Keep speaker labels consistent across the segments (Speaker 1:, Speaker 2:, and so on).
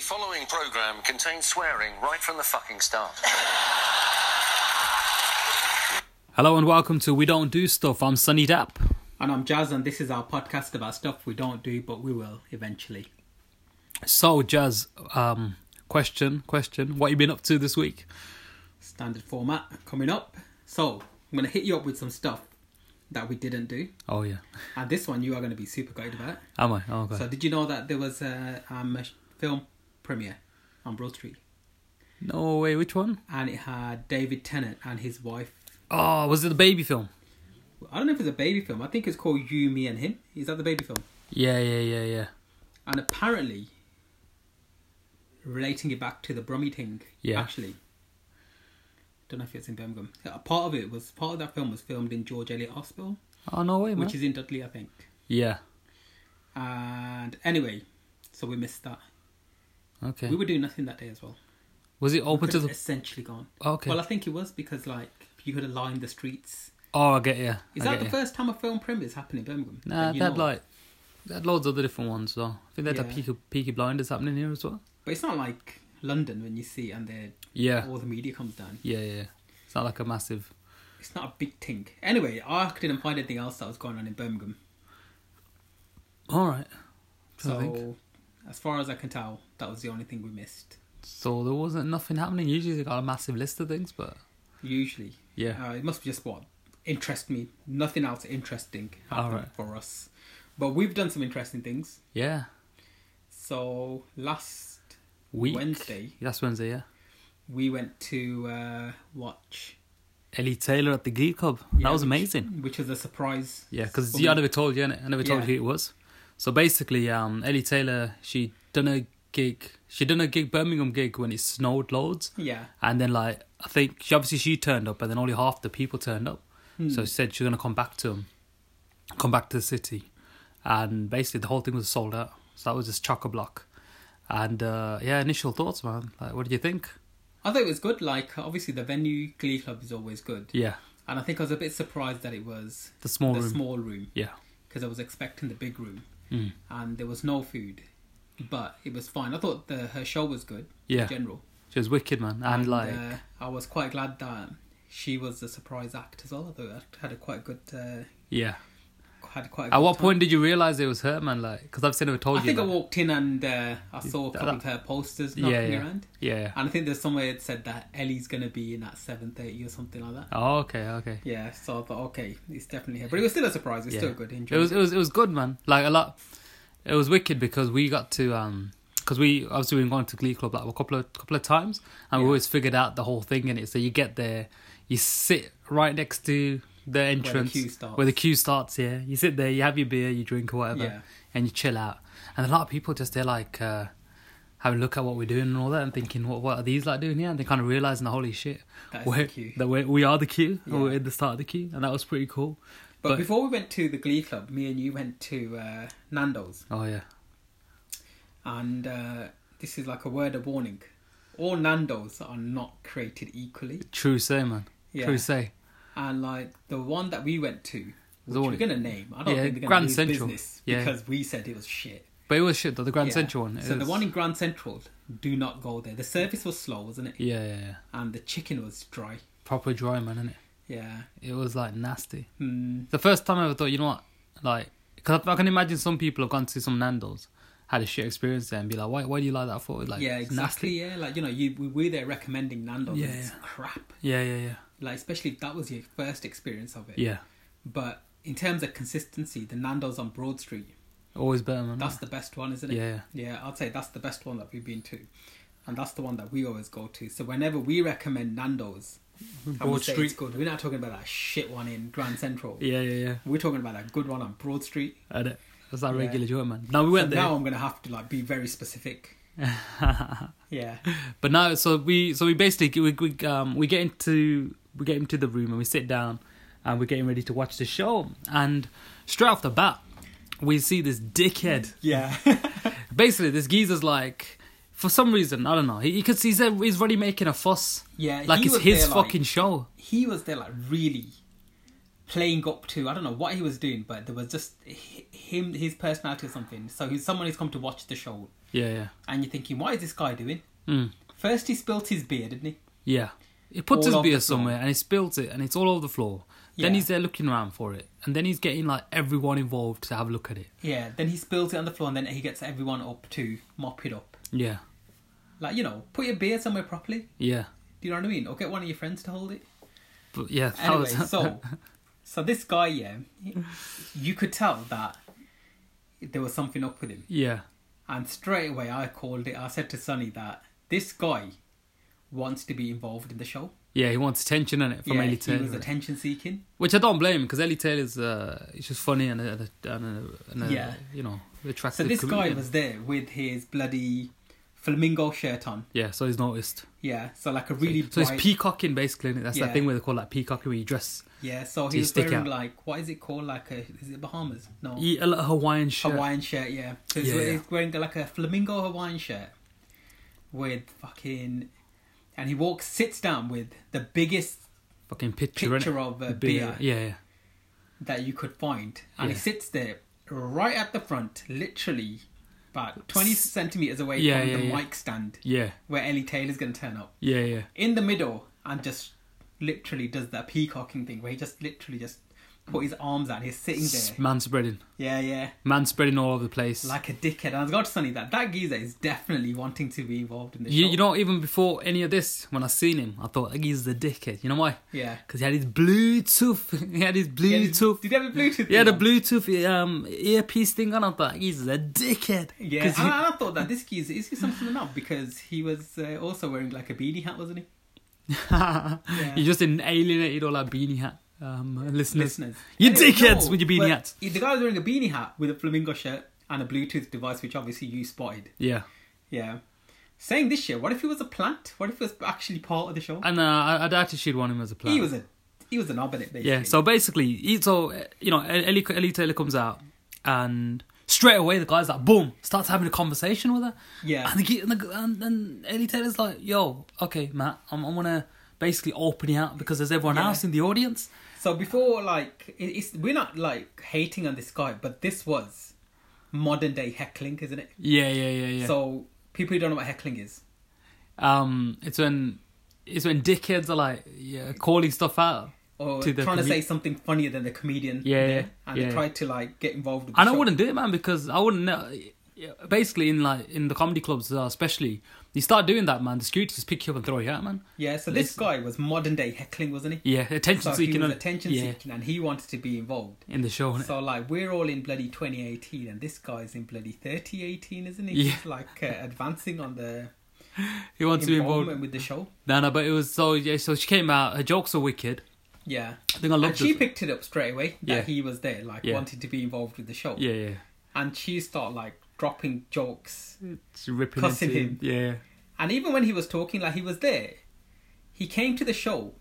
Speaker 1: following program contains swearing right from the fucking start.
Speaker 2: Hello and welcome to We Don't Do Stuff. I'm Sunny Dapp.
Speaker 3: And I'm Jazz, and this is our podcast about stuff we don't do, but we will eventually.
Speaker 2: So, Jazz, um, question, question. What you been up to this week?
Speaker 3: Standard format coming up. So, I'm going to hit you up with some stuff that we didn't do.
Speaker 2: Oh yeah,
Speaker 3: And this one you are going to be super gutted about.
Speaker 2: am I? Oh god.
Speaker 3: So, did you know that there was a, um, a sh- film premiere on Broad Street?
Speaker 2: no way. Which one?
Speaker 3: And it had David Tennant and his wife.
Speaker 2: Oh, was it the baby film?
Speaker 3: I don't know if it's a baby film. I think it's called You, Me, and Him. Is that the baby film?
Speaker 2: Yeah, yeah, yeah, yeah,
Speaker 3: And apparently, relating it back to the Brummy thing,
Speaker 2: Yeah.
Speaker 3: actually, don't know if it's in Birmingham. A part of it was part of that film was filmed in George Eliot Hospital,
Speaker 2: Oh no way, man.
Speaker 3: which is in Dudley, I think.
Speaker 2: yeah.
Speaker 3: And anyway, so we missed that.
Speaker 2: Okay.
Speaker 3: We were doing nothing that day as well.
Speaker 2: was it open to
Speaker 3: Could've
Speaker 2: the? Oh,
Speaker 3: essentially gone.
Speaker 2: Okay.
Speaker 3: Well, I think it was because like you could have lined the streets.
Speaker 2: Oh, I get you.
Speaker 3: Is
Speaker 2: I
Speaker 3: that
Speaker 2: get
Speaker 3: the
Speaker 2: you.
Speaker 3: first time a film premiere is happening in Birmingham?
Speaker 2: Nah,
Speaker 3: That you
Speaker 2: they
Speaker 3: know
Speaker 2: had
Speaker 3: of?
Speaker 2: like they had loads of other different ones though. I think they had the
Speaker 3: Yeah.
Speaker 2: Peaky, Peaky Blinders happening here as well.
Speaker 3: But it's not like London when you see it and they
Speaker 2: Yeah.
Speaker 3: all the media comes down.
Speaker 2: Yeah, yeah. yeah. It's not like a massive.
Speaker 3: It's not a big thing. Anyway, I didn't find anything else that was going on in Birmingham.
Speaker 2: All right. I think.
Speaker 3: So, as far as I can tell, that was the only thing we missed.
Speaker 2: So there wasn't nothing happening. Usually they got a massive list of things, but
Speaker 3: Usually,
Speaker 2: yeah.
Speaker 3: uh, it must be just what interest me. Nothing else interesting happened
Speaker 2: Alright.
Speaker 3: for us, but we've done some interesting things.
Speaker 2: yeah.
Speaker 3: So last
Speaker 2: Week.
Speaker 3: Wednesday.
Speaker 2: That's Wednesday, yeah.
Speaker 3: we went to uh, watch.
Speaker 2: Ellie Taylor at the Glee Club.
Speaker 3: yeah,
Speaker 2: that was
Speaker 3: which-
Speaker 2: amazing.
Speaker 3: Which was a surprise.
Speaker 2: Yeah, because
Speaker 3: for
Speaker 2: yeah, I
Speaker 3: me.
Speaker 2: never told you, innit? I never told
Speaker 3: Yeah.
Speaker 2: you who it was. So basically, um, Ellie Taylor, she done a gig. She done a gig, Birmingham gig, when it snowed loads.
Speaker 3: Yeah,
Speaker 2: And then, like, I think she obviously she turned up, and then only half the people turned up.
Speaker 3: Hmm.
Speaker 2: So she said she's gonna come back to 'em, come back to the city, and basically the whole thing was sold out. So that was just chock a block. And uh, yeah, initial thoughts, man. Like, what do you think?
Speaker 3: I thought it was good. Like obviously, the venue Glee Club is always good,
Speaker 2: Yeah,
Speaker 3: and I think I was a bit surprised that it was
Speaker 2: the small
Speaker 3: the
Speaker 2: room.
Speaker 3: small room.
Speaker 2: yeah,
Speaker 3: because I was expecting the big room,
Speaker 2: Hmm.
Speaker 3: and there was no food, but it was fine. I thought the her show was good
Speaker 2: Yeah.
Speaker 3: in general,
Speaker 2: she was wicked, man. And, like,
Speaker 3: uh, I was quite glad that she was the surprise act as well. Although I had a quite good, uh,
Speaker 2: yeah.
Speaker 3: had quite. A
Speaker 2: At
Speaker 3: good
Speaker 2: what
Speaker 3: time.
Speaker 2: point did you realize it was her, man? Like, because I've seen her told
Speaker 3: I
Speaker 2: you.
Speaker 3: think I
Speaker 2: man.
Speaker 3: walked in and uh, I saw a
Speaker 2: That-
Speaker 3: couple of her posters knocking
Speaker 2: yeah, yeah.
Speaker 3: around,
Speaker 2: yeah, yeah.
Speaker 3: and I think there's somewhere it said that Ellie's gonna be in at seven thirty or something like that.
Speaker 2: Oh, okay, okay.
Speaker 3: Yeah, so I thought, okay, it's definitely her, but it was still a surprise. It's
Speaker 2: Yeah.
Speaker 3: still good. Enjoy.
Speaker 2: It was it was it was good, man. Like a lot. It was wicked because we got to um because we obviously we've gone to Glee Club like a couple of couple of times and we
Speaker 3: Yeah.
Speaker 2: always figured out the whole thing in it. So you get there, you sit right next to the entrance
Speaker 3: queue starts.
Speaker 2: where the queue starts. Yeah, you sit there, you have your beer, you drink or whatever,
Speaker 3: Yeah.
Speaker 2: and you chill out. And a lot of people just they're like. uh having a look at what we're doing and all that, and thinking, what what are these like doing here? And they kind of realizing, holy shit,
Speaker 3: That is
Speaker 2: we're,
Speaker 3: the queue.
Speaker 2: that we're, we are the queue, and
Speaker 3: Yeah.
Speaker 2: we're at the start of the queue, and that was pretty cool.
Speaker 3: but,
Speaker 2: but-
Speaker 3: before we went to the Glee Club, me and you went to uh, Nando's.
Speaker 2: Oh yeah,
Speaker 3: and uh, this is like a word of warning. All Nando's are not created equally,
Speaker 2: true say, man.
Speaker 3: Yeah.
Speaker 2: True say.
Speaker 3: and like the one that we went to, which
Speaker 2: The one-
Speaker 3: we're gonna name. I don't
Speaker 2: Yeah,
Speaker 3: think they're gonna
Speaker 2: Grand
Speaker 3: lose
Speaker 2: Central.
Speaker 3: business
Speaker 2: Yeah.
Speaker 3: because we said it was shit.
Speaker 2: But it was shit though. The Grand
Speaker 3: Yeah.
Speaker 2: Central one. it
Speaker 3: So the
Speaker 2: was-
Speaker 3: one in Grand Central, do not go there. The service was slow, wasn't it?
Speaker 2: Yeah, yeah, yeah.
Speaker 3: And the chicken was dry.
Speaker 2: Proper dry man, innit?
Speaker 3: Yeah.
Speaker 2: It was like nasty.
Speaker 3: Mm,
Speaker 2: The first time I ever thought, you know what, like, because I can imagine some people have gone to some Nando's, had a shit experience there, and be like, why, why do you like that for? Like,
Speaker 3: yeah,
Speaker 2: it's
Speaker 3: exactly. Yeah, like you know, you we were there recommending Nando's.
Speaker 2: Yeah,
Speaker 3: and It's
Speaker 2: yeah.
Speaker 3: crap.
Speaker 2: nasty. Yeah, yeah, yeah,
Speaker 3: Like especially if that was your first experience of it.
Speaker 2: yeah.
Speaker 3: But in terms of consistency, the Nando's on Broad Street
Speaker 2: Always better, man.
Speaker 3: That's the best one, isn't it?
Speaker 2: Yeah.
Speaker 3: Yeah, I'd say that's the best one that we've been to. And that's the one that we always go to. So whenever we recommend Nando's, and we
Speaker 2: Mm-hmm. Broad
Speaker 3: say
Speaker 2: Street.
Speaker 3: it's good, we're not talking about that shit one in Grand Central.
Speaker 2: Yeah, yeah, yeah.
Speaker 3: We're talking about that good one on Broad Street.
Speaker 2: And it was that
Speaker 3: Yeah.
Speaker 2: regular joint, man. No, we went
Speaker 3: So
Speaker 2: there.
Speaker 3: now I'm gonna have to like be very specific. yeah.
Speaker 2: But now, so we so we basically we we um we get into we get into the room and we sit down and we're getting ready to watch the show and straight off the bat we see this dickhead.
Speaker 3: Yeah.
Speaker 2: Basically, this geezer's like for some reason I don't know. He, he could he's he's already making a fuss.
Speaker 3: Yeah,
Speaker 2: like
Speaker 3: he
Speaker 2: it's
Speaker 3: was
Speaker 2: his
Speaker 3: there, like-
Speaker 2: fucking show.
Speaker 3: he was there like really playing up to I don't know what he was doing, but there was just hi- him his personality or something. So he's someone who's come to watch the show.
Speaker 2: Yeah, yeah.
Speaker 3: and you're thinking, what is this guy doing?
Speaker 2: Mm.
Speaker 3: First, he spilt his beer, didn't he?
Speaker 2: Yeah. He puts
Speaker 3: All
Speaker 2: his
Speaker 3: over
Speaker 2: beer
Speaker 3: the floor.
Speaker 2: somewhere and he spills it and it's all over the floor. Then
Speaker 3: Yeah.
Speaker 2: he's there looking around for it. And then he's getting like everyone involved to have a look at it.
Speaker 3: Yeah. Then he spills it on the floor, and then he gets everyone up to mop it up.
Speaker 2: Yeah.
Speaker 3: Like you know, put your beer somewhere properly.
Speaker 2: Yeah.
Speaker 3: Do you know what I mean? Or get one of your friends to hold it.
Speaker 2: But yeah, that
Speaker 3: Anyway,
Speaker 2: was-
Speaker 3: so so this guy, yeah, you could tell that there was something up with him.
Speaker 2: Yeah.
Speaker 3: And straight away, I called it. I said to Sonny that this guy wants to be involved in the show.
Speaker 2: Yeah, he wants attention in it from
Speaker 3: yeah,
Speaker 2: Ellie
Speaker 3: he
Speaker 2: Taylor.
Speaker 3: was attention seeking.
Speaker 2: Which I don't blame because Ellie Taylor's uh, she's just funny and a, and a, and a
Speaker 3: Yeah.
Speaker 2: you know,
Speaker 3: So
Speaker 2: attractive.
Speaker 3: this guy
Speaker 2: comedian.
Speaker 3: was there with his bloody flamingo shirt on.
Speaker 2: Yeah, so he's noticed.
Speaker 3: Yeah, so like a really
Speaker 2: So
Speaker 3: bright.
Speaker 2: it's peacocking basically. Isn't it? That's that
Speaker 3: Yeah.
Speaker 2: thing where they call that peacocking where you dress
Speaker 3: yeah, so
Speaker 2: you
Speaker 3: he was
Speaker 2: stick
Speaker 3: wearing
Speaker 2: out.
Speaker 3: like what is it called? Like a is it Bahamas? No,
Speaker 2: you, a little Hawaiian shirt.
Speaker 3: Hawaiian shirt. Yeah, so he's,
Speaker 2: Yeah,
Speaker 3: wearing,
Speaker 2: yeah.
Speaker 3: he's wearing like a flamingo Hawaiian shirt with fucking, and he walks sits down with the biggest
Speaker 2: fucking picture, innit?
Speaker 3: picture of a
Speaker 2: The beer.
Speaker 3: beer
Speaker 2: Yeah, yeah.
Speaker 3: that you could find, and he
Speaker 2: Yeah.
Speaker 3: sits there right at the front, literally about twenty centimeters away
Speaker 2: Yeah,
Speaker 3: from
Speaker 2: yeah,
Speaker 3: the
Speaker 2: yeah.
Speaker 3: mic stand
Speaker 2: Yeah,
Speaker 3: where Ellie Taylor's gonna turn up.
Speaker 2: yeah, yeah.
Speaker 3: in the middle and just literally does that peacocking thing where he just literally just put his arms out. He's sitting
Speaker 2: S-
Speaker 3: there.
Speaker 2: Man spreading.
Speaker 3: Yeah, yeah.
Speaker 2: Man spreading all over the place.
Speaker 3: Like a dickhead. And I was going to Sonny that that geezer is definitely wanting to be involved in this.
Speaker 2: you, you know, even before any of this, when I seen him, I thought like, he's the dickhead. You know why?
Speaker 3: Yeah.
Speaker 2: Because he had his Bluetooth. he had his
Speaker 3: He had his-
Speaker 2: Bluetooth.
Speaker 3: Did he have a Bluetooth?
Speaker 2: He had a
Speaker 3: thing on?
Speaker 2: Bluetooth um, earpiece thing on. I thought he's a dickhead.
Speaker 3: Yeah,
Speaker 2: 'Cause
Speaker 3: and
Speaker 2: he-
Speaker 3: I, I thought that this geezer is he something up because he was uh, also wearing like a beanie hat, wasn't he? Yeah.
Speaker 2: You just alienated all our beanie hat um, listeners.
Speaker 3: Listeners,
Speaker 2: You
Speaker 3: Anyway,
Speaker 2: dickheads
Speaker 3: no,
Speaker 2: with your beanie
Speaker 3: but
Speaker 2: hats.
Speaker 3: The guy was wearing a beanie hat with a flamingo shirt and a Bluetooth device, which obviously you spotted.
Speaker 2: Yeah.
Speaker 3: Yeah. Saying this shit, what if he was a plant? What if he was actually part of the show?
Speaker 2: And uh, I, I doubted she'd want him as a player.
Speaker 3: He was a he was an obinate basically.
Speaker 2: yeah. So basically, he, so uh, you know, Ellie, Ellie Taylor comes out, and straight away the guy's like, boom, starts having a conversation with her.
Speaker 3: Yeah.
Speaker 2: And the, ge- and, the, and, and Ellie Taylor's like, yo, okay, Matt, I'm, I'm gonna basically open you out because there's everyone
Speaker 3: Yeah.
Speaker 2: else in the audience.
Speaker 3: So before like it, it's we're not like hating on this guy, but this was modern day heckling, isn't it?
Speaker 2: Yeah, yeah, yeah, yeah.
Speaker 3: So people who don't know what heckling is.
Speaker 2: um, it's when it's when dickheads are like yeah, calling stuff out.
Speaker 3: Or
Speaker 2: To the
Speaker 3: trying to
Speaker 2: comed-
Speaker 3: say something funnier than the comedian.
Speaker 2: Yeah,
Speaker 3: there,
Speaker 2: yeah,
Speaker 3: and
Speaker 2: yeah.
Speaker 3: they try to like get involved with the
Speaker 2: And I
Speaker 3: show.
Speaker 2: wouldn't do it, man, because I wouldn't know. yeah, Basically, in like in the comedy clubs, uh, especially, you start doing that, man. The security just pick you up and throw you out, man.
Speaker 3: Yeah, so this guy was modern day heckling, wasn't he?
Speaker 2: Yeah, attention
Speaker 3: So he
Speaker 2: seeking.
Speaker 3: was
Speaker 2: and-
Speaker 3: attention
Speaker 2: yeah,
Speaker 3: seeking and he wanted to be involved.
Speaker 2: in the show. innit?
Speaker 3: So like we're all in bloody 2018 and this guy's in bloody 3018, isn't he?
Speaker 2: Yeah.
Speaker 3: He's like uh, advancing on the
Speaker 2: he wants to be
Speaker 3: involvement
Speaker 2: involved.
Speaker 3: with the show.
Speaker 2: No, no, but it was so yeah. So she came out. Her jokes are wicked.
Speaker 3: Yeah.
Speaker 2: I think I
Speaker 3: And
Speaker 2: loved
Speaker 3: she
Speaker 2: her.
Speaker 3: picked it up straight away that
Speaker 2: Yeah.
Speaker 3: he was there, like
Speaker 2: Yeah.
Speaker 3: wanted to be involved with the show.
Speaker 2: Yeah, yeah.
Speaker 3: And she started like dropping jokes.
Speaker 2: It's ripping
Speaker 3: Cussing
Speaker 2: into
Speaker 3: him.
Speaker 2: Yeah,
Speaker 3: And even when he was talking, like he was there, he came to the show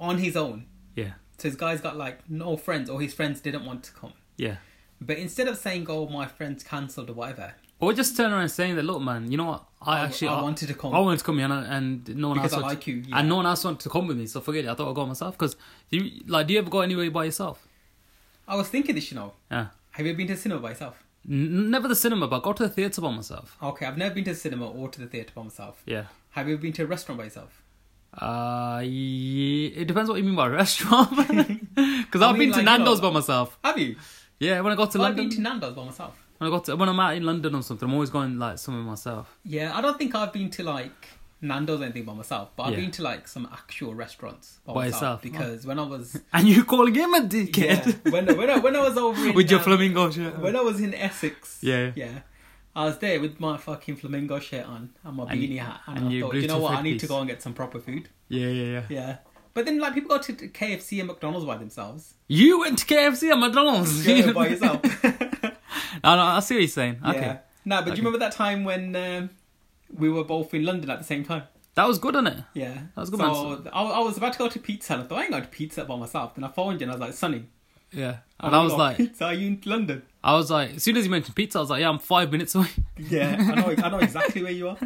Speaker 3: on his own.
Speaker 2: yeah,
Speaker 3: So his guy's got like no friends, or his friends didn't want to come.
Speaker 2: yeah.
Speaker 3: But instead of saying, "Oh, my friends cancelled" or whatever,
Speaker 2: Or just turn around and saying that, look, man, you know what? I,
Speaker 3: I-
Speaker 2: actually
Speaker 3: I wanted to come.
Speaker 2: I wanted to come here, and, and no one
Speaker 3: Because
Speaker 2: else
Speaker 3: I
Speaker 2: wanted-
Speaker 3: like you, yeah.
Speaker 2: and no one else wanted to come with me. So forget it. I thought I'd go myself. Because you like, do you ever go anywhere by yourself?
Speaker 3: I was thinking this, you know,
Speaker 2: Yeah.
Speaker 3: have you been to cinema by yourself?
Speaker 2: N- never the cinema, but I go to the theatre by myself.
Speaker 3: Okay, I've never been to cinema or to the theatre by myself.
Speaker 2: Yeah.
Speaker 3: Have you been to a restaurant by yourself?
Speaker 2: Uh, ye it depends what you mean by restaurant. Because I've been
Speaker 3: mean, like,
Speaker 2: to
Speaker 3: you
Speaker 2: Nando's
Speaker 3: know-
Speaker 2: by myself.
Speaker 3: Have you?
Speaker 2: Yeah, when I got to
Speaker 3: Well, I've
Speaker 2: London,
Speaker 3: been to Nando's by myself.
Speaker 2: when I got to, when I'm out in London or something, I'm always going like somewhere myself.
Speaker 3: Yeah, I don't think I've been to like Nando's or anything by myself, but I've
Speaker 2: Yeah.
Speaker 3: been to like some actual restaurants by,
Speaker 2: By yourself,
Speaker 3: myself
Speaker 2: huh?
Speaker 3: because when I was
Speaker 2: And you calling him a
Speaker 3: yeah,
Speaker 2: dickhead
Speaker 3: when when I, when I was over in,
Speaker 2: with your
Speaker 3: um,
Speaker 2: flamingo shirt.
Speaker 3: when I was in Essex,
Speaker 2: Yeah.
Speaker 3: yeah, I was there with my fucking flamingo shirt on and my
Speaker 2: And-
Speaker 3: beanie hat, and,
Speaker 2: and
Speaker 3: I
Speaker 2: your
Speaker 3: thought, you know
Speaker 2: Bluetooth
Speaker 3: what, I need to
Speaker 2: headpiece.
Speaker 3: go and get some proper food.
Speaker 2: Yeah, yeah, yeah,
Speaker 3: Yeah, but then like people go to KFC and McDonald's by themselves.
Speaker 2: You went to KFC and McDonald's.
Speaker 3: Yeah, by yourself.
Speaker 2: no, no, I see what you're saying. Okay.
Speaker 3: Yeah. No, but do you remember that time when um, we were both in London at the same time?
Speaker 2: That was good, wasn't it?
Speaker 3: Yeah.
Speaker 2: That was a good
Speaker 3: So I, I was about to go to pizza and I thought, I ain't going to pizza by myself. Then I phoned you and I was like, Sonny.
Speaker 2: Yeah.
Speaker 3: I'm
Speaker 2: And I was
Speaker 3: not
Speaker 2: like,
Speaker 3: Pizza, are you in London?
Speaker 2: I was like, as soon as you mentioned pizza, I was like, yeah, I'm five minutes away.
Speaker 3: Yeah, I know, I know exactly where you are.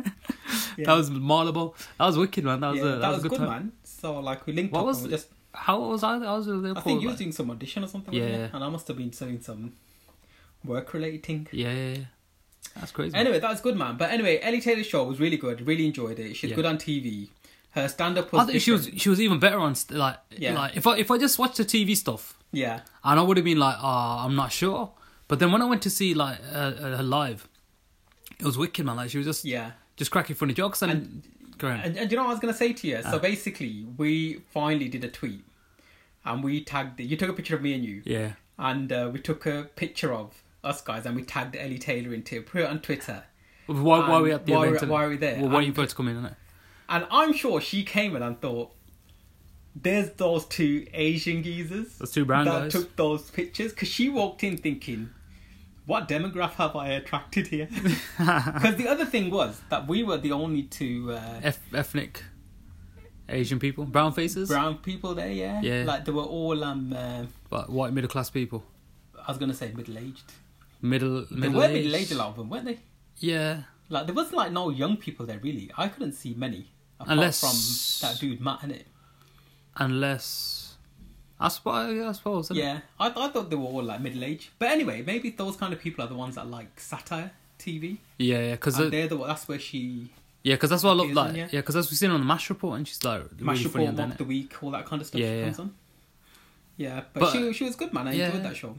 Speaker 3: Yeah.
Speaker 2: That was malleable. That was wicked, man. That was a,
Speaker 3: yeah,
Speaker 2: that, was a
Speaker 3: good,
Speaker 2: good, time.
Speaker 3: man. So, like, we linked
Speaker 2: What
Speaker 3: up
Speaker 2: was
Speaker 3: and we just.
Speaker 2: How was I? I was there
Speaker 3: I
Speaker 2: for
Speaker 3: think you were
Speaker 2: like,
Speaker 3: doing some audition or something,
Speaker 2: Yeah,
Speaker 3: wasn't
Speaker 2: yeah.
Speaker 3: it? And I must have been doing some work related thing.
Speaker 2: yeah, yeah, yeah. That's crazy.
Speaker 3: Anyway, that's good, man. But anyway, Ellie Taylor's show was really good. Really enjoyed it. She's
Speaker 2: Yeah.
Speaker 3: good on TV. Her stand up was.
Speaker 2: I think she was
Speaker 3: different.
Speaker 2: she was even better on st- like
Speaker 3: Yeah.
Speaker 2: like if I if I just watched the TV stuff,
Speaker 3: Yeah.
Speaker 2: and I would have been like, ah, I'm not sure. But then when I went to see like uh, uh, her live, it was wicked, man. Like she was just
Speaker 3: Yeah.
Speaker 2: just cracking funny jokes and, go on.
Speaker 3: And, and you know what I was going to say to you?
Speaker 2: Uh.
Speaker 3: So basically, we finally did a tweet and we tagged it. You took a picture of me and you.
Speaker 2: yeah,
Speaker 3: And uh, we took a picture of us guys and we tagged Ellie Taylor into it. Put it on Twitter.
Speaker 2: why why are we at the
Speaker 3: Um, why are-
Speaker 2: event? innit?
Speaker 3: why are we there?
Speaker 2: We're waiting for her to come in, isn't it?
Speaker 3: And I'm sure she came in and thought, there's those two Asian geezers.
Speaker 2: Those two brown
Speaker 3: that
Speaker 2: guys."
Speaker 3: took those pictures. Because she walked in thinking, what demograph have I attracted here? Because the other thing was that we were the only two uh,
Speaker 2: Eth- ethnic Asian people, brown faces,
Speaker 3: brown people there, yeah?
Speaker 2: Yeah.
Speaker 3: Like they were all, um, uh,
Speaker 2: but white middle class people,
Speaker 3: I was going to say middle aged.
Speaker 2: middle
Speaker 3: They
Speaker 2: middle
Speaker 3: were
Speaker 2: aged.
Speaker 3: middle aged, a lot of them, weren't they?
Speaker 2: Yeah,
Speaker 3: Like there was like no young people there really. I couldn't see many. Apart
Speaker 2: Unless-
Speaker 3: from that dude Matt in it.
Speaker 2: unless I suppose I suppose. innit?
Speaker 3: Yeah, I, I thought they were all like middle aged. But anyway, maybe those kind of people are the ones that like satire TV,
Speaker 2: yeah, yeah, because
Speaker 3: and they're the that's where she
Speaker 2: yeah, because that's what I love.
Speaker 3: Appears in,
Speaker 2: Like, yeah,
Speaker 3: yeah.
Speaker 2: because that's we've seen on the Mash Report, and she's like really
Speaker 3: mash
Speaker 2: funny
Speaker 3: report
Speaker 2: on that,
Speaker 3: mock the
Speaker 2: innit?
Speaker 3: week, all that kind of stuff
Speaker 2: Yeah,
Speaker 3: she
Speaker 2: yeah.
Speaker 3: comes on. Yeah, but,
Speaker 2: But-
Speaker 3: she she was good, man. I
Speaker 2: yeah.
Speaker 3: enjoyed that show.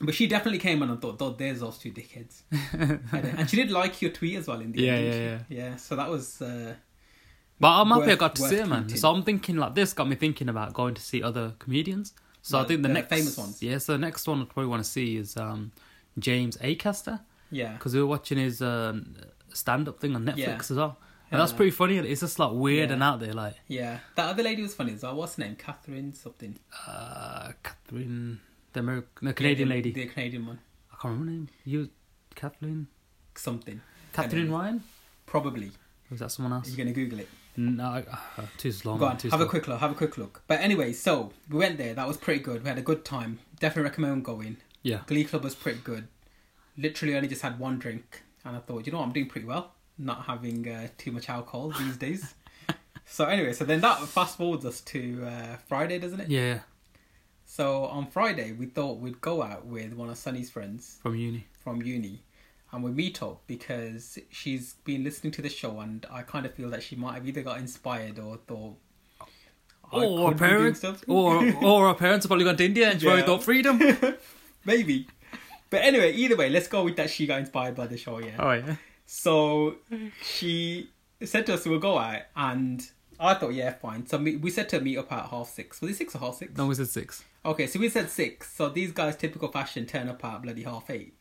Speaker 3: But she definitely came on and thought, "Though there's those two dickheds," and then- and she did like your tweet as well in the
Speaker 2: Yeah,
Speaker 3: end.
Speaker 2: yeah,
Speaker 3: didn't she? yeah. So that was uh,
Speaker 2: But I'm happy I
Speaker 3: worth-
Speaker 2: got to
Speaker 3: worth
Speaker 2: see her, man.
Speaker 3: tweeting.
Speaker 2: So I'm thinking like this got me thinking about going to see other comedians. So I
Speaker 3: The-
Speaker 2: think the,
Speaker 3: the
Speaker 2: next
Speaker 3: famous ones.
Speaker 2: Yeah, so the next one I probably want to see is um, James Acaster
Speaker 3: yeah,
Speaker 2: because we were watching his um, stand-up thing on Netflix
Speaker 3: Yeah.
Speaker 2: as well, and that's
Speaker 3: Yeah.
Speaker 2: pretty funny. and It's just like weird
Speaker 3: Yeah.
Speaker 2: and out there, like
Speaker 3: yeah. That other lady was funny as well. What's her name? Catherine something.
Speaker 2: uh, Catherine, the American, the Canadian
Speaker 3: The-
Speaker 2: lady.
Speaker 3: The Canadian one.
Speaker 2: I can't remember her name. You, Kathleen,
Speaker 3: Something.
Speaker 2: Catherine
Speaker 3: Anyway,
Speaker 2: Ryan.
Speaker 3: Probably.
Speaker 2: Or is that someone else?
Speaker 3: You're gonna Google it.
Speaker 2: No, I- uh, too slow.
Speaker 3: Go
Speaker 2: man,
Speaker 3: on,
Speaker 2: too
Speaker 3: have a
Speaker 2: slow.
Speaker 3: quick look. Have a quick look. But anyway, so we went there. That was pretty good. We had a good time. Definitely recommend going.
Speaker 2: Yeah,
Speaker 3: Glee Club was pretty good. Literally, only just had one drink, and I thought, you know, what, I'm doing pretty well, not having uh, too much alcohol these days. so anyway, so then that fast forwards us to uh, Friday, doesn't it?
Speaker 2: yeah,
Speaker 3: So on Friday, we thought we'd go out with one of Sunny's friends
Speaker 2: from uni.
Speaker 3: from uni, and we meet up because she's been listening to the show, and I kind of feel that she might have either got inspired or thought. I
Speaker 2: Or our
Speaker 3: could be doing
Speaker 2: parents,
Speaker 3: something.
Speaker 2: or or our parents have probably gone to India and she probably
Speaker 3: Yeah.
Speaker 2: thought freedom.
Speaker 3: Maybe. But anyway, either way, let's go with that she got inspired by the show, yeah.
Speaker 2: oh yeah,
Speaker 3: So she said to us we'll go out and I thought, yeah, fine. So me- we said to meet up at half six. Was it six or half six?
Speaker 2: no, we said six.
Speaker 3: Okay, so we said six. So these guys, typical fashion, turn up at bloody half eight,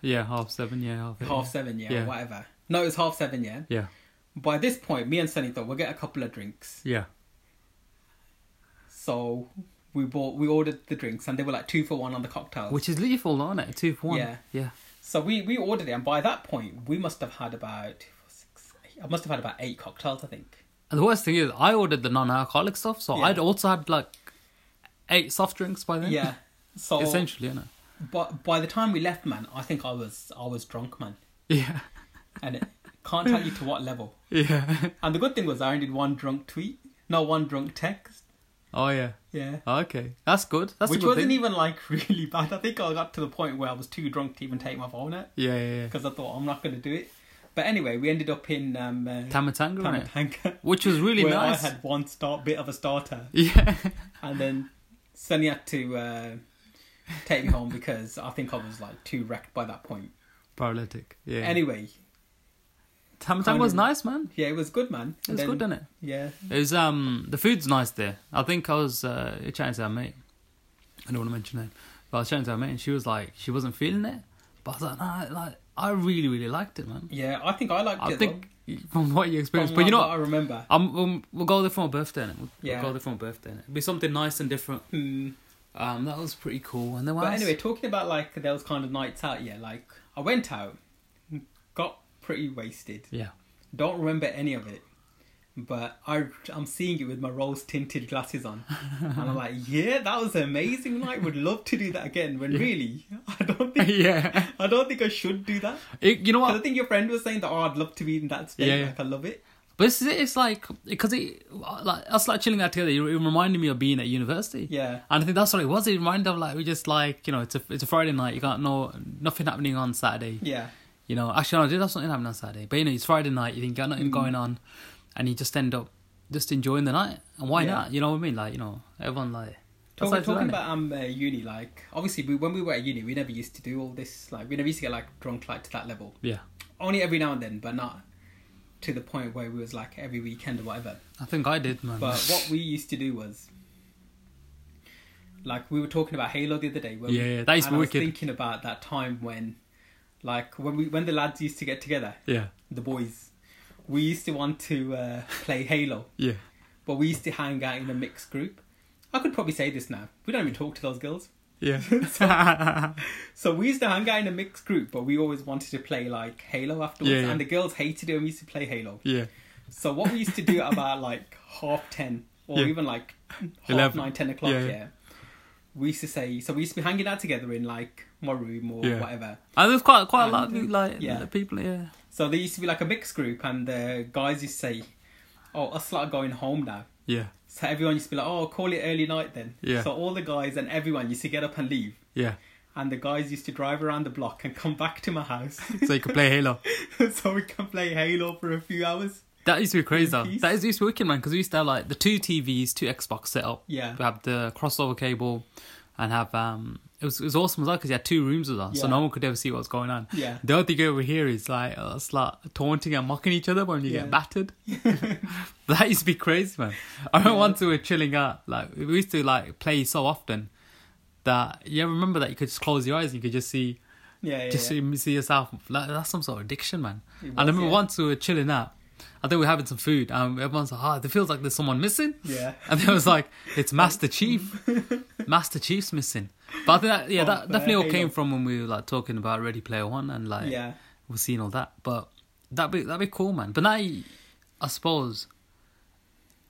Speaker 2: Yeah, half seven. Yeah, half. Eight,
Speaker 3: half seven, yeah,
Speaker 2: Yeah.
Speaker 3: whatever. No, it was half seven, yeah.
Speaker 2: Yeah,
Speaker 3: By this point, me and Sunny thought we'll get a couple of drinks.
Speaker 2: yeah.
Speaker 3: So we bought, we ordered the drinks, and they were like two for one on the cocktails.
Speaker 2: Which is lethal, aren't it? Two for one.
Speaker 3: Yeah.
Speaker 2: yeah.
Speaker 3: So we, we ordered it, and by that point, we must have had about two, four, six, eight, I must have had about eight cocktails, I think.
Speaker 2: And the worst thing is, I ordered the non-alcoholic stuff, so
Speaker 3: Yeah.
Speaker 2: I'd also had like eight soft drinks by then.
Speaker 3: Yeah. So
Speaker 2: essentially, innit?
Speaker 3: but by the time we left, man, I think I was I was drunk, man,
Speaker 2: Yeah,
Speaker 3: and it can't tell you to what level.
Speaker 2: yeah.
Speaker 3: And the good thing was I only did one drunk tweet, no one drunk text.
Speaker 2: Oh yeah.
Speaker 3: Yeah.
Speaker 2: Okay, that's good. That's a
Speaker 3: Which
Speaker 2: good
Speaker 3: wasn't
Speaker 2: thing.
Speaker 3: even like really bad. I think I got to the point where I was too drunk to even take my phone out
Speaker 2: Yeah, yeah, yeah.
Speaker 3: because I thought I'm not going to do it. But anyway, we ended up in um, uh,
Speaker 2: Tamatanga, innit?
Speaker 3: Tamatanga,
Speaker 2: which was really
Speaker 3: where
Speaker 2: nice.
Speaker 3: I had one start bit of a starter,
Speaker 2: Yeah,
Speaker 3: and then Sunny had to uh, take me home because I think I was like too wrecked by that point.
Speaker 2: paralytic. Yeah.
Speaker 3: Anyway,
Speaker 2: Tamatanga
Speaker 3: kind
Speaker 2: was
Speaker 3: of-
Speaker 2: nice, man.
Speaker 3: yeah, it was good, man.
Speaker 2: It was
Speaker 3: Then-
Speaker 2: good, didn't it?
Speaker 3: Yeah,
Speaker 2: It was um the food's nice there. I think I was uh, chatting to our mate. I don't want to mention her name, but I was chatting to our mate, and she was like she wasn't feeling it. But I was like, nah, like I really really liked it, man.
Speaker 3: yeah. I think I liked it.
Speaker 2: I
Speaker 3: as
Speaker 2: think from what you
Speaker 3: well,
Speaker 2: experienced,
Speaker 3: from
Speaker 2: but you know,
Speaker 3: what I
Speaker 2: what?
Speaker 3: remember.
Speaker 2: um, um, we'll go there for my birthday. Innit? We'll,
Speaker 3: Yeah.
Speaker 2: we'll go there for my birthday. Innit? It'll be something nice and different.
Speaker 3: Hmm.
Speaker 2: Um, that was pretty cool. And then what
Speaker 3: But
Speaker 2: else?
Speaker 3: anyway, talking about like those kind of nights out, yeah. Like I went out, got pretty wasted.
Speaker 2: yeah,
Speaker 3: Don't remember any of it, but I I'm seeing it with my rose tinted glasses on, and I'm like, yeah, that was an amazing night. Would love to do that again. When really, I don't think
Speaker 2: yeah.
Speaker 3: I don't think I should do that.
Speaker 2: It- you know
Speaker 3: Because I
Speaker 2: what?
Speaker 3: think your friend was saying that, oh, I'd love to be in that state.
Speaker 2: Yeah, yeah.
Speaker 3: Like I love it.
Speaker 2: But it's, it's like because it like us like chilling out together. It reminded me of being at university.
Speaker 3: Yeah.
Speaker 2: And I think that's what it was. It reminded of like we just like you know it's a it's a Friday night. You got no nothing happening on Saturday.
Speaker 3: Yeah.
Speaker 2: You know, actually, no, I did have something happen on Saturday, but you know, it's Friday night. You think got
Speaker 3: Mm.
Speaker 2: nothing going on, and you just end up just enjoying the night. And why
Speaker 3: Yeah.
Speaker 2: not? You know what I mean? Like, you know, everyone like. that's
Speaker 3: Talking,
Speaker 2: life,
Speaker 3: talking
Speaker 2: isn't it?
Speaker 3: about um uh, uni, like obviously we, when we were at uni, we never used to do all this. Like we never used to get like drunk like to that level.
Speaker 2: Yeah,
Speaker 3: Only every now and then, but not to the point where we was like every weekend or whatever.
Speaker 2: I think I did, man.
Speaker 3: But what we used to do was, like, we were talking about Halo the other day. When
Speaker 2: Yeah,
Speaker 3: we,
Speaker 2: that is
Speaker 3: and I was
Speaker 2: wicked.
Speaker 3: thinking about that time when, like, when we when the lads used to get together,
Speaker 2: yeah,
Speaker 3: the boys, we used to want to uh, play Halo,
Speaker 2: yeah.
Speaker 3: but we used to hang out in a mixed group. I could probably say this now. We don't even talk to those girls.
Speaker 2: Yeah.
Speaker 3: So we used to hang out in a mixed group, but we always wanted to play like Halo afterwards.
Speaker 2: Yeah, yeah.
Speaker 3: And the girls hated it when we used to play Halo.
Speaker 2: yeah.
Speaker 3: So what we used to do at about like half ten or
Speaker 2: Yeah.
Speaker 3: even like half
Speaker 2: 11.
Speaker 3: nine, ten o'clock,
Speaker 2: Yeah,
Speaker 3: yeah,
Speaker 2: yeah.
Speaker 3: We used to say so we used to be hanging out together in like my room or
Speaker 2: Yeah.
Speaker 3: whatever.
Speaker 2: And there's quite quite a lot of
Speaker 3: And,
Speaker 2: like
Speaker 3: yeah.
Speaker 2: people. Yeah.
Speaker 3: So there used to be like a mixed group and the guys used to say, Oh, us lot are going home now.
Speaker 2: Yeah.
Speaker 3: So everyone used to be like, Oh, call it early night then.
Speaker 2: Yeah.
Speaker 3: So all the guys and everyone used to get up and leave.
Speaker 2: Yeah.
Speaker 3: And the guys used to drive around the block and come back to my house
Speaker 2: So you could play Halo.
Speaker 3: so we can play Halo for a few hours.
Speaker 2: That used to be crazy. though.
Speaker 3: peace.
Speaker 2: That is used to be wicked, man. Because we used to have like the two TVs, two Xbox set up.
Speaker 3: Yeah.
Speaker 2: We have the crossover cable, and have um. It was, it was awesome as well because you had two rooms as well, so
Speaker 3: Yeah.
Speaker 2: no one could ever see what was going on.
Speaker 3: Yeah.
Speaker 2: The other thing over here is like uh, it's like taunting and mocking each other when you
Speaker 3: Yeah.
Speaker 2: get battered. that used to be crazy, man. I remember once we were chilling out, like we used to like play so often that you ever remember that you could just close your eyes and you could just see
Speaker 3: Yeah, yeah.
Speaker 2: just
Speaker 3: yeah.
Speaker 2: see, see yourself. Like, that's some sort of addiction, man.
Speaker 3: It
Speaker 2: and I
Speaker 3: was,
Speaker 2: remember
Speaker 3: yeah.
Speaker 2: once we were chilling out. I think we were having some food, and everyone's like, "Ah, it feels like there's someone missing."
Speaker 3: Yeah.
Speaker 2: And there was like, "It's Master Chief. Master Chief's missing." But I think that, yeah,
Speaker 3: Oh,
Speaker 2: that
Speaker 3: fair,
Speaker 2: definitely all
Speaker 3: Halo.
Speaker 2: came from when we were like talking about Ready Player One and like
Speaker 3: Yeah.
Speaker 2: we're seeing all that. But that'd be that'd be cool, man. But now, you- I suppose,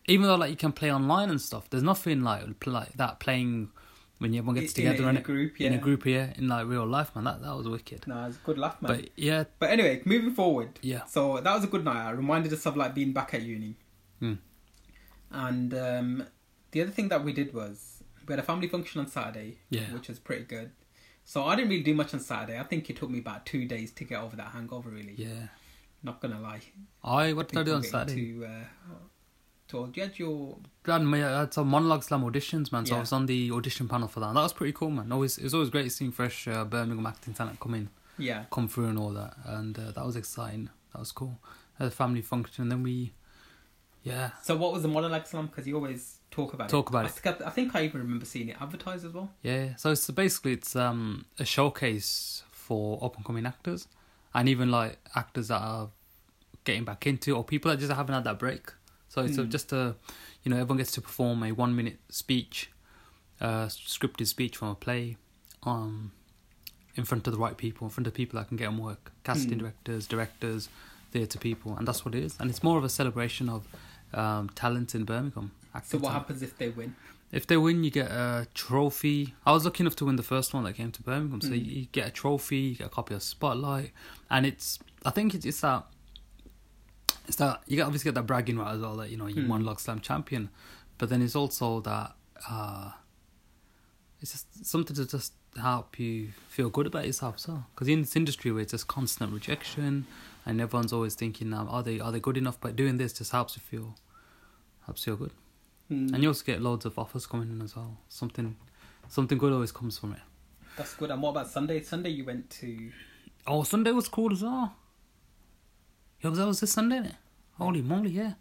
Speaker 2: even though like you can play online and stuff, there's nothing like pl- like that playing when everyone gets
Speaker 3: In a-
Speaker 2: together
Speaker 3: in
Speaker 2: and
Speaker 3: a group,
Speaker 2: in a
Speaker 3: yeah.
Speaker 2: group here in like real life, man. That that was wicked.
Speaker 3: No, it's a good laugh, man.
Speaker 2: But yeah,
Speaker 3: But anyway, moving forward.
Speaker 2: Yeah.
Speaker 3: So that was a good night. I reminded us of like being back at uni.
Speaker 2: Hmm.
Speaker 3: And um, the other thing that we did was we had a family function on Saturday,
Speaker 2: Yeah.
Speaker 3: which was pretty good. So I didn't really do much on Saturday. I think it took me about two days to get over that hangover. Really,
Speaker 2: yeah.
Speaker 3: not gonna lie.
Speaker 2: I what did I do
Speaker 3: People
Speaker 2: on
Speaker 3: getting
Speaker 2: Saturday?
Speaker 3: To, uh, to you had your
Speaker 2: I had, my, I had some monologue slam auditions, man. So I
Speaker 3: Yeah.
Speaker 2: was on the audition panel for that. And that was pretty cool, man. Always it was always great seeing fresh uh, Birmingham acting talent come in,
Speaker 3: yeah
Speaker 2: come through, and all that. And uh, that was exciting. That was cool. Had a family function, and then we, yeah,
Speaker 3: So what was the monologue slam? Because you always talk about
Speaker 2: Talk
Speaker 3: it.
Speaker 2: about
Speaker 3: I
Speaker 2: it.
Speaker 3: think I, I think I even remember seeing it advertised as well.
Speaker 2: Yeah, so it's basically it's um a showcase for up and coming actors, and even like actors that are getting back into or people that just haven't had that break. So
Speaker 3: Hmm.
Speaker 2: it's a- just a, you know, everyone gets to perform a one minute speech, uh, scripted speech from a play, um, in front of the right people, in front of people that can get them work,
Speaker 3: Hmm.
Speaker 2: casting directors, directors, theatre people, and that's what it is. And it's more of a celebration of um, talent in Birmingham.
Speaker 3: So
Speaker 2: acting
Speaker 3: what
Speaker 2: talent.
Speaker 3: happens if they win?
Speaker 2: If they win, you get a trophy. I was lucky enough to win the first one that came to Birmingham, so you you get a trophy, you get a copy of Spotlight, and it's. I think it's, it's that. It's that you get obviously get that bragging right as well that you know you won Log Slam champion, but then it's also that uh, it's just something to just help you feel good about yourself as well. Because in this industry where it's just constant rejection, and everyone's always thinking, um, are they are they good enough? But doing this just helps you feel, helps you feel good.
Speaker 3: Hmm,
Speaker 2: And you also get loads of offers coming in as well. Something, something good always comes from it.
Speaker 3: That's good. And what about Sunday? Sunday you went to
Speaker 2: Oh, Sunday was cool as well. Yeah, was that was this Sunday? innit? Holy moly, yeah.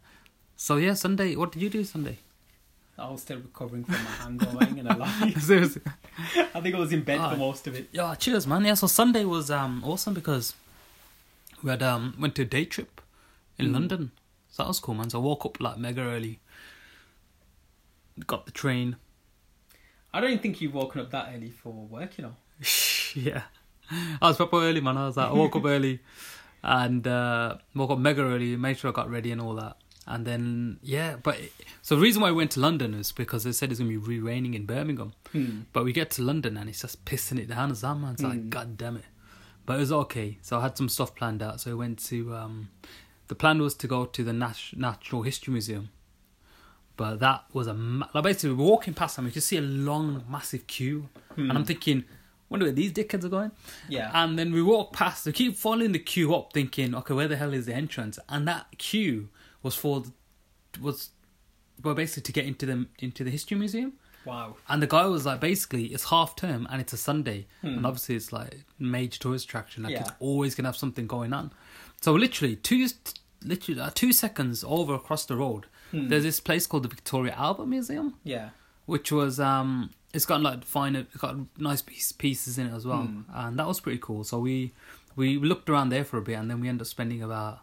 Speaker 2: So yeah, Sunday. What did you do Sunday?
Speaker 3: I was still recovering from my hangover. I ain't gonna lie.
Speaker 2: Seriously.
Speaker 3: I think I was in bed
Speaker 2: Ah.
Speaker 3: for most of it.
Speaker 2: Yeah, cheers, man. Yeah, so Sunday was um awesome because we had um went to a day trip in London. So that was cool, man. So I woke up like mega early. Got the train.
Speaker 3: I don't even think you've woken up that early for work, you know.
Speaker 2: yeah. I was proper early, man. I was like, I woke up early and uh, woke up mega early, made sure I got ready and all that. And then, yeah, but so the reason why I went to London is because they said it's going to be re raining in Birmingham. But we get to London and it's just pissing it down as that, man. It's like, god damn it. But it was okay. So I had some stuff planned out. So I went to, um, the plan was to go to the Nat- Natural History Museum. But that was a ma- like basically we we're walking past them, we could see a long, massive queue, and I'm thinking, wonder where these dickheads are going.
Speaker 3: Yeah.
Speaker 2: And then we walk past, we keep following the queue up, thinking, okay, where the hell is the entrance? And that queue was for, was, well, basically to get into the into the history museum.
Speaker 3: Wow.
Speaker 2: And the guy was like, basically, it's half term and it's a Sunday, and obviously it's like major tourist attraction. Like
Speaker 3: Hmm. Yeah.
Speaker 2: it's always gonna have something going on. So literally two, literally uh, two seconds over across the road,
Speaker 3: Hmm.
Speaker 2: there's this place called the Victoria Albert Museum,
Speaker 3: Yeah.
Speaker 2: which was um, it's got like fine, it's got nice piece, pieces in it as well,
Speaker 3: Hmm.
Speaker 2: and that was pretty cool. So we we looked around there for a bit, and then we ended up spending about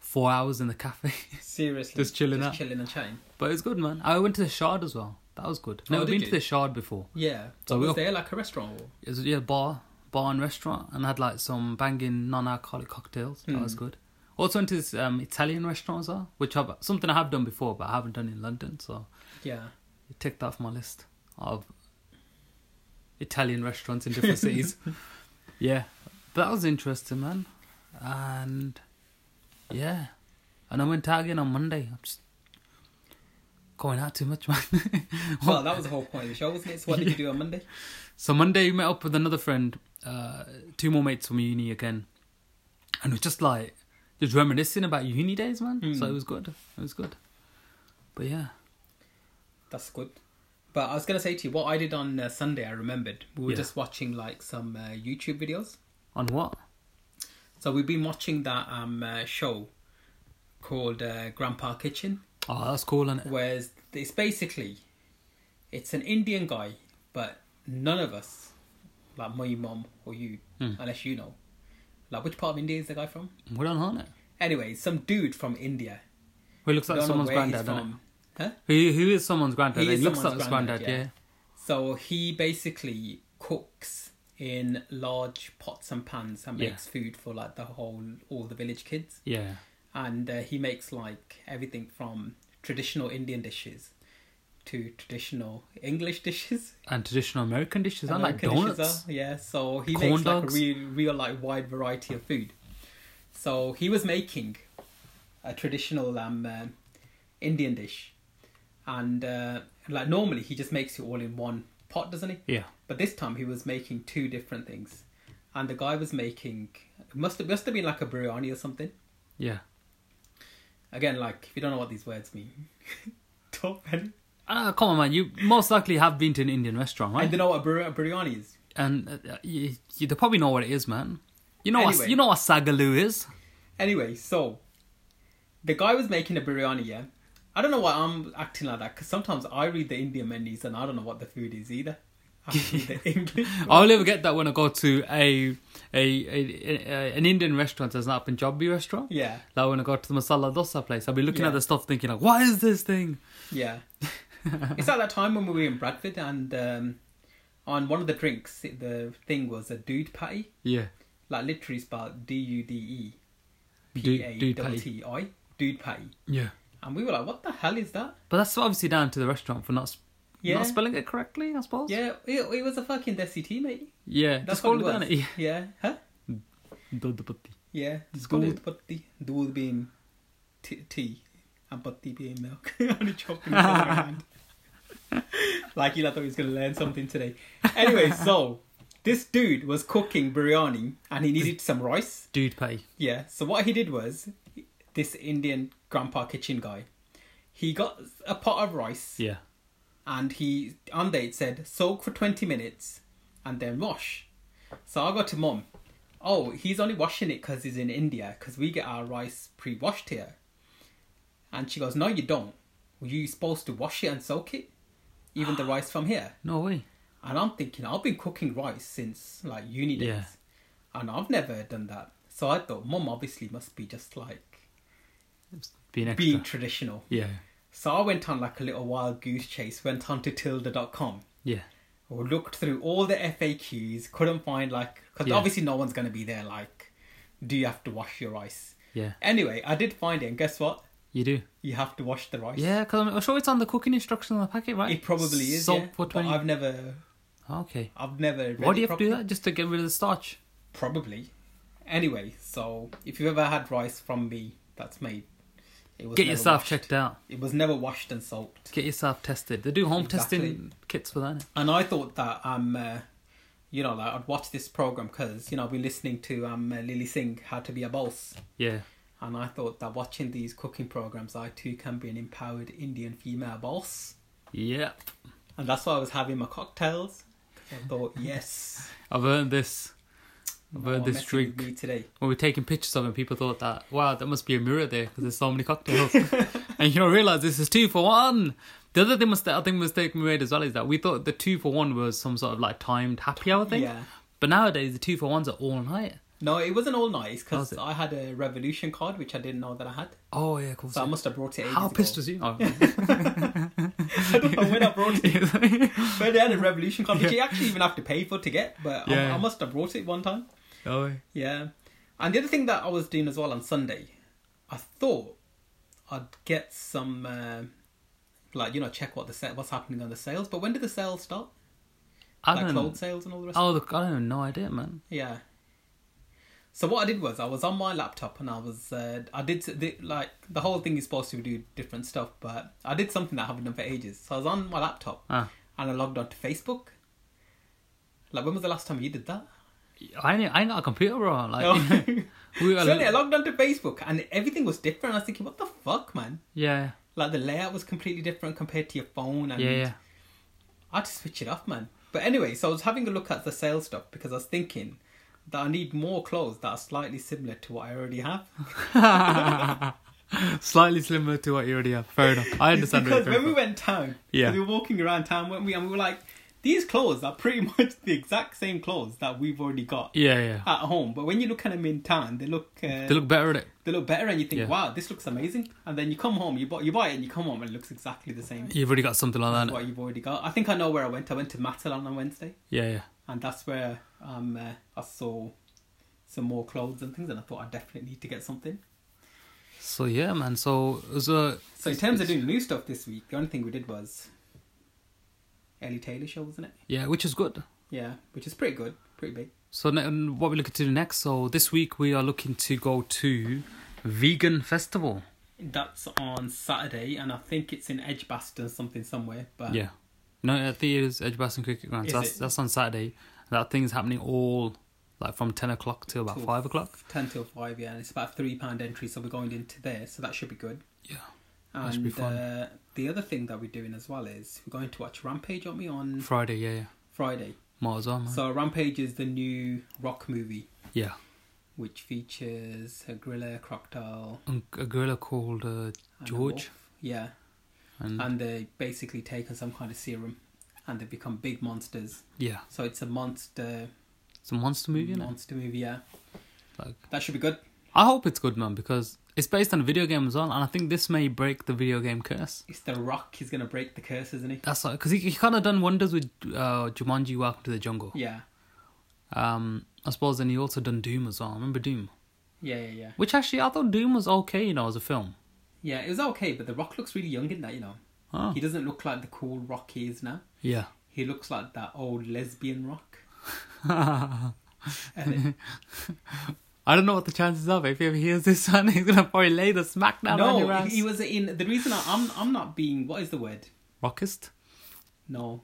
Speaker 2: four hours in the cafe.
Speaker 3: Seriously.
Speaker 2: Just chilling
Speaker 3: Just
Speaker 2: out.
Speaker 3: chilling and chatting.
Speaker 2: but it was good, man. I went to the Shard as well. That was good.
Speaker 3: Oh,
Speaker 2: Never
Speaker 3: did
Speaker 2: been
Speaker 3: you?
Speaker 2: to the Shard before.
Speaker 3: Yeah.
Speaker 2: So
Speaker 3: So
Speaker 2: we
Speaker 3: was
Speaker 2: all-
Speaker 3: there like a restaurant? Or...
Speaker 2: it was yeah bar bar and restaurant and had like some banging non-alcoholic cocktails that
Speaker 3: Hmm.
Speaker 2: was good also went to this um, italian restaurant as well which i've something i have done before but i haven't done in london so
Speaker 3: Yeah.
Speaker 2: you tick that off my list of italian restaurants in different cities yeah that was interesting man and yeah and i went out again on monday i'm just going out too much man
Speaker 3: Well, that was the whole point of the show, wasn't it? So what did you do on Monday?
Speaker 2: So Monday we met up with another friend, uh, two more mates from uni again, and we're just like just reminiscing about uni days, man.
Speaker 3: Hmm.
Speaker 2: So it was good. It was good. But yeah,
Speaker 3: That's good. But I was gonna say to you, what I did on uh, Sunday, I remembered we were
Speaker 2: Yeah.
Speaker 3: just watching like some uh, YouTube videos.
Speaker 2: on what?
Speaker 3: So we've been watching that um uh, show called uh, Grandpa Kitchen,
Speaker 2: Oh, that's cool, and
Speaker 3: where it's- it's basically it's an Indian guy, but none of us, like my mum or you,
Speaker 2: Hmm.
Speaker 3: unless you know, like which part of India is the guy from?
Speaker 2: we don't know it.
Speaker 3: Anyway, some dude from India.
Speaker 2: He looks like
Speaker 3: Don't know
Speaker 2: someone's
Speaker 3: where he's
Speaker 2: granddad, doesn't it?
Speaker 3: from. Huh?
Speaker 2: Who who is someone's granddad?
Speaker 3: He
Speaker 2: He,
Speaker 3: is
Speaker 2: looks like
Speaker 3: someone's
Speaker 2: his granddad.
Speaker 3: granddad,
Speaker 2: yeah.
Speaker 3: yeah. So he basically cooks in large pots and pans and
Speaker 2: Yeah.
Speaker 3: makes food for like the whole all the village kids.
Speaker 2: yeah,
Speaker 3: And uh, he makes like everything from traditional Indian dishes to traditional English dishes.
Speaker 2: And traditional American dishes, and like
Speaker 3: American dishes
Speaker 2: donuts.
Speaker 3: are- yeah, so he
Speaker 2: Corn
Speaker 3: makes
Speaker 2: dogs.
Speaker 3: like a real, real like wide variety of food. So he was making a traditional um, uh, Indian dish, and uh, like normally he just makes it all in one pot, doesn't he?
Speaker 2: Yeah,
Speaker 3: But this time he was making two different things, and the guy was making it must have must have been like a biryani or something.
Speaker 2: yeah.
Speaker 3: Again, like if you don't know what these words mean, top end.
Speaker 2: Ah, come on, man. You most likely have been to an Indian restaurant, right?
Speaker 3: And you know what a, bir- a biryani is?
Speaker 2: and uh, you, you they probably know what it is, man. You know what
Speaker 3: Anyway.
Speaker 2: you know what sagaloo is.
Speaker 3: Anyway, so the guy was making a biryani, yeah. I don't know why I'm acting like that because sometimes I read the Indian menus and I don't know what the food is either. I read the English.
Speaker 2: I'll never get that when I go to a a, a, a an Indian restaurant that's not a Punjabi restaurant.
Speaker 3: Yeah,
Speaker 2: Like when I go to the masala dosa place, I'll be looking at
Speaker 3: Yeah.
Speaker 2: the stuff thinking like, what is this thing?
Speaker 3: yeah. it's at that time when we were in Bradford and um, on one of the drinks, the thing was a dude patty.
Speaker 2: Yeah,
Speaker 3: Like literally spelled D U D E P
Speaker 2: dude,
Speaker 3: A
Speaker 2: dude
Speaker 3: T
Speaker 2: patty.
Speaker 3: T I. Dude patty.
Speaker 2: Yeah,
Speaker 3: And we were like, what the hell is that?
Speaker 2: but that's obviously down to the restaurant for not s
Speaker 3: Yeah.
Speaker 2: not spelling it correctly, I suppose.
Speaker 3: Yeah, it, it was a fucking desi tea, mate.
Speaker 2: yeah.
Speaker 3: That's
Speaker 2: Just
Speaker 3: what
Speaker 2: call it
Speaker 3: it was.
Speaker 2: down. Yeah.
Speaker 3: yeah. Huh?
Speaker 2: Dudh patti.
Speaker 3: Yeah,
Speaker 2: Just
Speaker 3: just
Speaker 2: call
Speaker 3: call
Speaker 2: it-
Speaker 3: it patti. Dool being t- tea and patti being milk. Only chopping it around. like you thought he was going to learn something today. Anyway, so this dude was cooking biryani and he needed some rice.
Speaker 2: Dude patty.
Speaker 3: Yeah, so what he did was this Indian grandpa kitchen guy, he got a pot of rice
Speaker 2: Yeah.
Speaker 3: and he on there it said soak for 20 minutes and then wash so i go to mum oh he's only washing it because he's in india because we get our rice pre-washed here and she goes no you don't you're supposed to wash it and soak it even the rice from here
Speaker 2: No way.
Speaker 3: and i'm thinking i've been cooking rice since like uni days
Speaker 2: Yeah.
Speaker 3: and i've never done that so i thought mum obviously must be just like
Speaker 2: It's Being extra.
Speaker 3: being traditional
Speaker 2: Yeah.
Speaker 3: so i went on like a little wild goose chase went on to tilda.com
Speaker 2: Yeah.
Speaker 3: or looked through all the FAQs, couldn't find like because
Speaker 2: Yeah.
Speaker 3: obviously no one's gonna be there. Like, do you have to wash your rice?
Speaker 2: Yeah.
Speaker 3: Anyway, I did find it, and guess what?
Speaker 2: You do.
Speaker 3: You have to wash the rice.
Speaker 2: Yeah, because I'm sure it's on the cooking instructions on the packet, right?
Speaker 3: it probably is.
Speaker 2: Salt
Speaker 3: yeah.
Speaker 2: for
Speaker 3: But
Speaker 2: 20.
Speaker 3: I've never,
Speaker 2: Okay.
Speaker 3: I've never. Read
Speaker 2: Why do
Speaker 3: it
Speaker 2: you have to do
Speaker 3: properly.
Speaker 2: that? Just to get rid of the starch?
Speaker 3: Probably. Anyway, so if you've ever had rice from me that's made, it was
Speaker 2: Get
Speaker 3: never
Speaker 2: yourself
Speaker 3: washed.
Speaker 2: checked out.
Speaker 3: It was never washed and soaked.
Speaker 2: Get yourself tested. They do home
Speaker 3: Exactly.
Speaker 2: testing kits for that.
Speaker 3: And I thought that um, uh, you know, like I'd watch this program because you know I've been listening to um uh, Lily Singh How to Be a Boss,
Speaker 2: Yeah.
Speaker 3: and I thought that watching these cooking programs, I too can be an empowered Indian female boss,
Speaker 2: Yep.
Speaker 3: and that's why I was having my cocktails. 'cause I thought, yes,
Speaker 2: I've earned this. I've
Speaker 3: no
Speaker 2: earned
Speaker 3: one
Speaker 2: this
Speaker 3: messing with
Speaker 2: drink.
Speaker 3: Oh, me today.
Speaker 2: When we were taking pictures of it, people thought that, wow, that must be a mirror there because there's so many cocktails. and you don't realize this is two for one. The other thing, must, I think mistake we made as well is that we thought the two for one was some sort of like timed happy hour thing.
Speaker 3: Yeah.
Speaker 2: But nowadays, the two for ones are all night.
Speaker 3: No, it wasn't all nice
Speaker 2: Was
Speaker 3: because
Speaker 2: it?
Speaker 3: I had a revolution card which I didn't know that I had,
Speaker 2: Oh, yeah, of course.
Speaker 3: so I must have brought it.
Speaker 2: How
Speaker 3: ages
Speaker 2: pissed
Speaker 3: ago.
Speaker 2: was you? Oh.
Speaker 3: I don't know when I brought it, but they had a revolution card which you actually even have to pay for to get. But I-
Speaker 2: Yeah.
Speaker 3: I must have brought it one time.
Speaker 2: oh, yeah.
Speaker 3: Yeah. And the other thing that I was doing as well on Sunday, I thought I'd get some, uh, like, you know, check what the set, what's happening on the sales. But when did the sales start?
Speaker 2: I
Speaker 3: like
Speaker 2: don't
Speaker 3: clothes sales and all the rest?
Speaker 2: Oh, look, I don't have no idea, man.
Speaker 3: Yeah. So what I did was I was on my laptop and I was uh, I did s- the, like the whole thing is supposed to do different stuff, but I did something that I haven't done for ages. So I was on my laptop
Speaker 2: Ah.
Speaker 3: and I logged on to Facebook. Like when was the last time you did that?
Speaker 2: I ain't, I ain't got a computer, bro. Like,
Speaker 3: No.
Speaker 2: we were,
Speaker 3: So anyway, I logged onto Facebook and everything was different. I was thinking, what the fuck, man?
Speaker 2: yeah,
Speaker 3: Like the layout was completely different compared to your phone. And
Speaker 2: yeah, yeah.
Speaker 3: I had to switch it off, man. But anyway, so I was having a look at the sales stuff because I was thinking that I need more clothes that are slightly similar to what I already have.
Speaker 2: Slightly slimmer to what you already have. Fair enough. I
Speaker 3: It's
Speaker 2: understand. where
Speaker 3: because
Speaker 2: you're
Speaker 3: when we
Speaker 2: coming
Speaker 3: went town,
Speaker 2: Yeah.
Speaker 3: we were walking around town, weren't we? And we were like, these clothes are pretty much the exact same clothes that we've already got
Speaker 2: from. yeah, yeah.
Speaker 3: at home. But when you look at them in town, they look uh,
Speaker 2: They look better at it.
Speaker 3: they look better and you think,
Speaker 2: Yeah.
Speaker 3: wow, this looks amazing. And then you come home, you buy, you buy it and you come home and it looks exactly the same
Speaker 2: You've already got something like
Speaker 3: as
Speaker 2: that.
Speaker 3: what you've already got. I think I know where I went. I went to Matalan on Wednesday
Speaker 2: Yeah, yeah.
Speaker 3: and that's where um, uh, I saw some more clothes and things and I thought I definitely need to get something.
Speaker 2: So yeah, man. So it was a
Speaker 3: So in terms of doing new stuff this week, the only thing we did was Ellie Taylor show, wasn't it?
Speaker 2: yeah, which is good.
Speaker 3: Yeah, which is pretty good, pretty big.
Speaker 2: So ne- and what we're looking to do next. So this week we are looking to go to vegan festival.
Speaker 3: That's on Saturday and I think it's in Edgbaston something somewhere. But
Speaker 2: Yeah. No, I think it is Edgbaston Cricket Ground.
Speaker 3: Is
Speaker 2: So that's
Speaker 3: it?
Speaker 2: that's on Saturday. That thing's happening all like from ten o'clock till about
Speaker 3: Cool.
Speaker 2: five o'clock.
Speaker 3: 10 till 5, yeah, and it's about £3 entry, so we're going into there, so that should be good.
Speaker 2: Yeah.
Speaker 3: And
Speaker 2: That should be fun.
Speaker 3: Uh, the other thing that we're doing as well is we're going to watch Rampage, aren't we, on
Speaker 2: Friday, yeah, yeah.
Speaker 3: Friday?
Speaker 2: Might as well, man.
Speaker 3: So Rampage is the new rock movie
Speaker 2: yeah.
Speaker 3: which features a gorilla, crocodile,
Speaker 2: And a gorilla called uh,
Speaker 3: and a
Speaker 2: George. Mm.
Speaker 3: wolf. Yeah,
Speaker 2: And,
Speaker 3: and they basically taken some kind of serum, and they become big monsters.
Speaker 2: yeah,
Speaker 3: So it's a monster
Speaker 2: it's a monster movie, innit?
Speaker 3: monster movie. Yeah,
Speaker 2: Like,
Speaker 3: that should be good.
Speaker 2: I hope it's good, man, because it's based on a video game as well, and I think this may break the video game curse.
Speaker 3: It's the Rock. He's gonna break the curse, isn't he?
Speaker 2: That's because he, he kind of done wonders with uh, Jumanji: Welcome to the Jungle.
Speaker 3: Yeah,
Speaker 2: Um, I suppose, and he also done Doom as well. I remember Doom,
Speaker 3: yeah, yeah, yeah.
Speaker 2: which actually I thought Doom was okay, you know, as a film.
Speaker 3: Yeah, it was okay, but the Rock looks really young in that. You know,
Speaker 2: Oh,
Speaker 3: he doesn't look like the cool Rock he is now.
Speaker 2: yeah.
Speaker 3: He looks like that old lesbian Rock.
Speaker 2: I don't know what the chances are. But if he ever hears this, son, he's gonna probably lay the smack down on your
Speaker 3: no,
Speaker 2: ass.
Speaker 3: he was in. The reason I, I'm I'm not being what is the word?
Speaker 2: Rockist?
Speaker 3: No.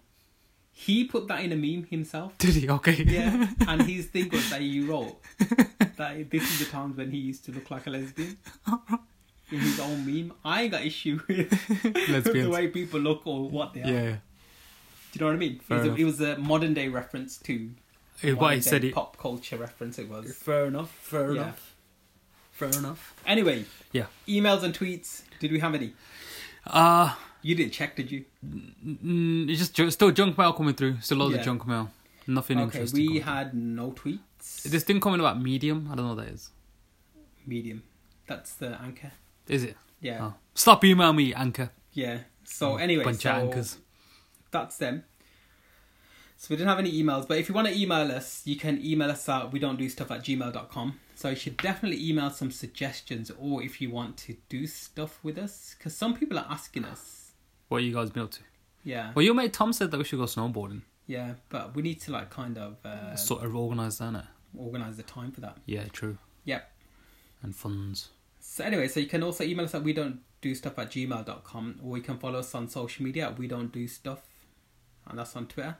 Speaker 3: He put that in a meme himself.
Speaker 2: Did he? Okay.
Speaker 3: Yeah. and his thing was that he wrote that this is the times when he used to look like a lesbian. In his own meme. I ain't got issue with the
Speaker 2: Lesbians.
Speaker 3: way people look or what they are.
Speaker 2: yeah. yeah.
Speaker 3: Do you know what I mean? It
Speaker 2: Fair
Speaker 3: was, a,
Speaker 2: enough.
Speaker 3: it was a modern day reference to
Speaker 2: It- What he
Speaker 3: modern
Speaker 2: said.
Speaker 3: day
Speaker 2: He,
Speaker 3: pop culture reference it was.
Speaker 2: Fair enough. Fair
Speaker 3: Yeah.
Speaker 2: enough. Fair enough.
Speaker 3: Anyway,
Speaker 2: Yeah.
Speaker 3: emails and tweets. Did we have any?
Speaker 2: Uh
Speaker 3: You didn't check, did you?
Speaker 2: mm, it's just ju- still junk mail coming through. Still loads
Speaker 3: Yeah.
Speaker 2: of junk mail. Nothing
Speaker 3: Okay,
Speaker 2: interesting.
Speaker 3: we
Speaker 2: coming
Speaker 3: had no tweets.
Speaker 2: through. this thing coming about Medium. I don't know what that is.
Speaker 3: Medium. That's the anchor.
Speaker 2: Is it?
Speaker 3: Yeah.
Speaker 2: Oh. Stop email me, anchor.
Speaker 3: Yeah. So anyway,
Speaker 2: Mm, Bunch
Speaker 3: so
Speaker 2: of anchors.
Speaker 3: that's them. So we didn't have any emails, but if you want to email us, you can email us at we don't do stuff at gmail.com. So you should definitely email some suggestions or if you want to do stuff with us. Because some people are asking us.
Speaker 2: What you guys been up to?
Speaker 3: Yeah.
Speaker 2: Well, your mate Tom said that we should go snowboarding.
Speaker 3: Yeah. But we need to like kind of uh,
Speaker 2: sort of organised, isn't it?
Speaker 3: organize the time for that.
Speaker 2: Yeah, true.
Speaker 3: Yep.
Speaker 2: And funds.
Speaker 3: So anyway, so you can also email us at we don't do stuff at gmail.com or you can follow us on social media at we don't do stuff. And that's on Twitter.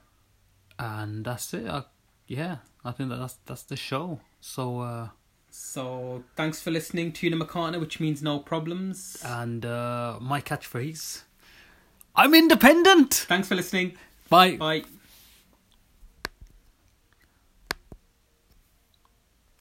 Speaker 2: And that's it. I yeah, I think that that's that's the show. So uh,
Speaker 3: So thanks for listening, Tuna McCartney, which means no problems.
Speaker 2: and uh, my catchphrase, I'm independent.
Speaker 3: thanks for listening.
Speaker 2: Bye.
Speaker 3: Bye.